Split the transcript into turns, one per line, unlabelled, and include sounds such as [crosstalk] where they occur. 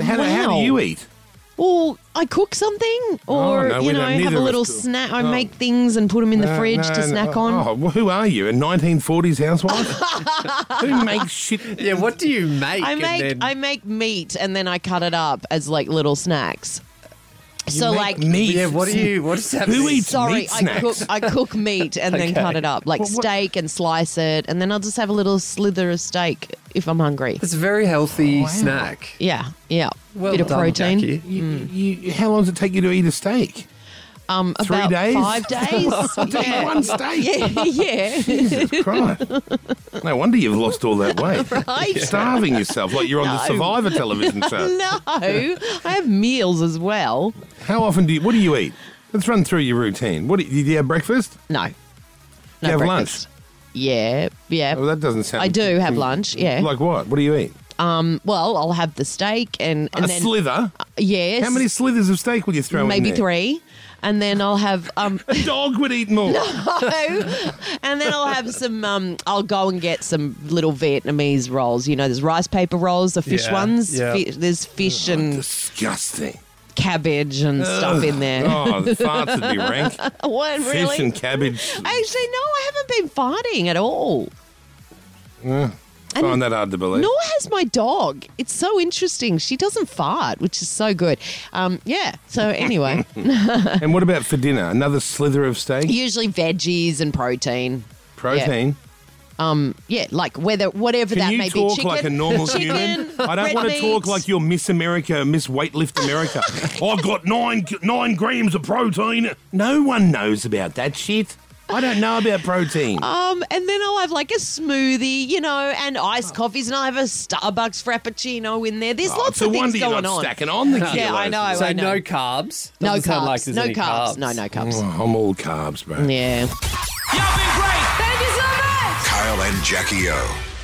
How, do- how do
Wow.
you eat?
Well, I cook something, or
Oh, no, we
you know,
don't.
have
Neither
a
of us
little
cook.
snack. I
No.
make things and put them in the
No,
fridge
Uh, no,
to
no.
snack on.
Oh, well, who are you? A 1940s
[laughs]
housewife? who makes shit?
Yeah, what do you make?
I
and
make
then-
I make meat and then I cut it up as like little snacks. so
make
like
meat.
yeah, what do you? What does that?
Who
mean?
eats
sorry,
meat
I
snacks?
cook I cook meat and then cut it up like
Well, what-
steak and slice it and then I'll just have a little slither of steak if I'm hungry.
It's a very healthy snack.
Yeah, yeah.
Well
Bit of
done,
protein.
Jackie.
You, you- how long does it take you to eat a steak?
Um,
Three
about
days?
five
[laughs]
days.
Take
yeah.
One steak.
[laughs]
[laughs]
yeah, yeah.
Jesus Christ. No wonder you've lost all that weight.
[laughs] Right.
Starving yourself like you're on the
No.
Survivor television show.
[laughs] No, I have meals as well.
How often do you, what do you eat? Let's run through your routine. What do you, do you have breakfast?
No, no
Do you have
breakfast. Yeah, yeah.
lunch? Oh, that doesn't sound.
I do have lunch. Yeah.
Like what? What do you eat?
well, I'll have the steak and and
a
then
slither.
yes,
How many slithers of steak will you throw in?
maybe
there?
three, and then I'll have um. [laughs]
A dog would eat more.
and then I'll have some. Um, I'll go and get some little Vietnamese rolls. You know, there's rice paper rolls, the fish
Yeah,
ones.
yeah.
Fi- there's fish
Oh,
and
Disgusting.
cabbage and stuff in there.
[laughs] Oh, the farts would be rank.
[laughs] what really?
Fish and cabbage.
Actually, no, I haven't been farting at all.
Find that hard to believe.
Nor has my dog. It's so interesting. She doesn't fart, which is so good. Um, yeah.
[laughs]
So anyway,
And what about for dinner? Another slither of steak?
usually veggies and protein.
Protein.
Yeah, like whether whatever that
Can
may
you talk
be. Chicken,
like a normal human?
chicken,
I don't
red
want to
meat.
talk like you're Miss America, Miss Weightlift
[laughs]
America. I've got nine nine grams of protein. No one knows about that shit. I don't know about protein.
Um, and then I'll have like a smoothie, you know, and iced coffees, and I'll have a Starbucks frappuccino in there. There's
Oh,
lots
it's a
of things
wonder you're
going
not
on.
stacking on the kilos.
Yeah, I know.
So
I know.
no carbs.
no
Doesn't sound
carbs.
like there's
no
any
carbs. No, no carbs.
Oh, I'm all carbs, bro.
Yeah.
Kyle and Jackie O.